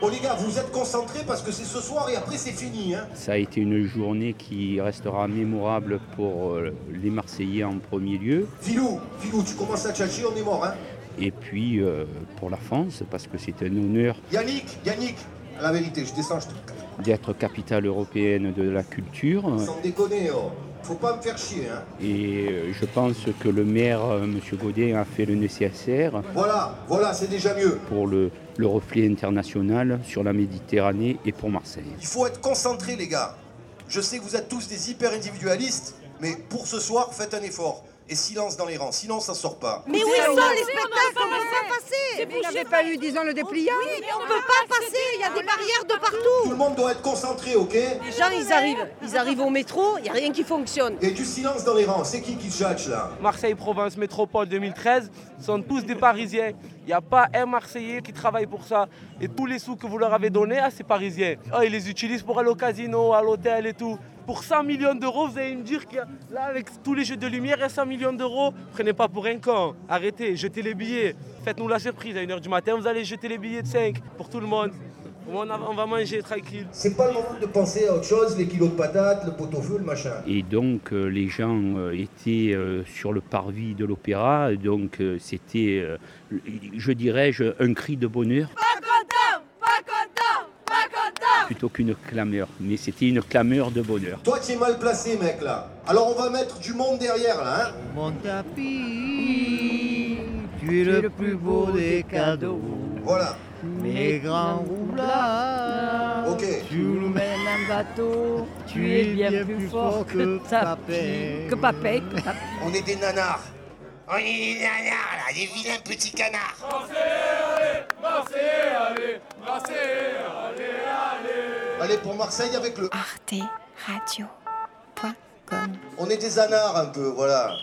Bon Oh, les gars, vous êtes concentrés parce que c'est ce soir et après c'est fini. Hein. Ça a été une journée qui restera mémorable pour euh, les Marseillais en premier lieu Filou, Filou, tu commences à tchatcher, on est mort. Hein. et puis euh, pour la France parce que c'est un honneur Yannick, Yannick, à la vérité, je descends, je te... d'être capitale européenne de la culture Sans déconner, oh. faut pas me faire chier. Hein. et euh, je pense que le maire, euh, Monsieur Godet, a fait le nécessaire Voilà, voilà, c'est déjà mieux. pour le, le reflet international sur la Méditerranée et pour Marseille. Il faut être concentré, les gars. Je sais que vous êtes tous des hyper individualistes, mais pour ce soir, faites un effort. Et silence dans les rangs, sinon ça sort pas. Mais où on sont a les fait, spectacles on a On ne fait. peut pas passer C'est Vous n'avez bouché. pas eu, disons, le dépliant Oui, mais on on ne peut peut pas pas passer, accéder. il y a On des est barrières de Tout partout le monde doit être concentré, ok Les gens, ils arrivent, ils arrivent au métro, il n'y a rien qui fonctionne. Il y a du silence dans les rangs, c'est qui qui judge là Marseille Province Métropole 2013 sont tous des Parisiens. Il n'y a pas un Marseillais qui travaille pour ça. Et tous les sous que vous leur avez donnés à ces Parisiens, oh, ils les utilisent pour aller au casino, à l'hôtel et tout. Pour 100 millions d'euros, vous allez me dire que là, avec tous les jeux de lumière et 100 millions d'euros, prenez pas pour un con. Arrêtez, jetez les billets. Faites-nous la surprise. À 1h du matin, vous allez jeter les billets de 5 pour tout le monde. On a- on va manger tranquille. C'est pas le moment de penser à autre chose, les kilos de patates, le pot-au-feu, le machin. Et donc euh, les gens euh, étaient euh, sur le parvis de l'opéra, et donc euh, c'était, euh, je dirais, je- un cri de bonheur plutôt qu'une clameur, mais c'était une clameur de bonheur. Toi, tu es mal placé, mec, là. Alors, on va mettre du monde derrière, là, hein Mon tapis, tu es le plus beau des cadeaux. Voilà. Mes grands roublards, Ok. tu nous mènes un bateau, tu es bien plus fort que Papet. Que papet, que papet. On est des nanars. On est des nanars, là, des vilains petits canards. Allez, pour Marseille avec le... arteradio.com. On est des anards, un peu, voilà.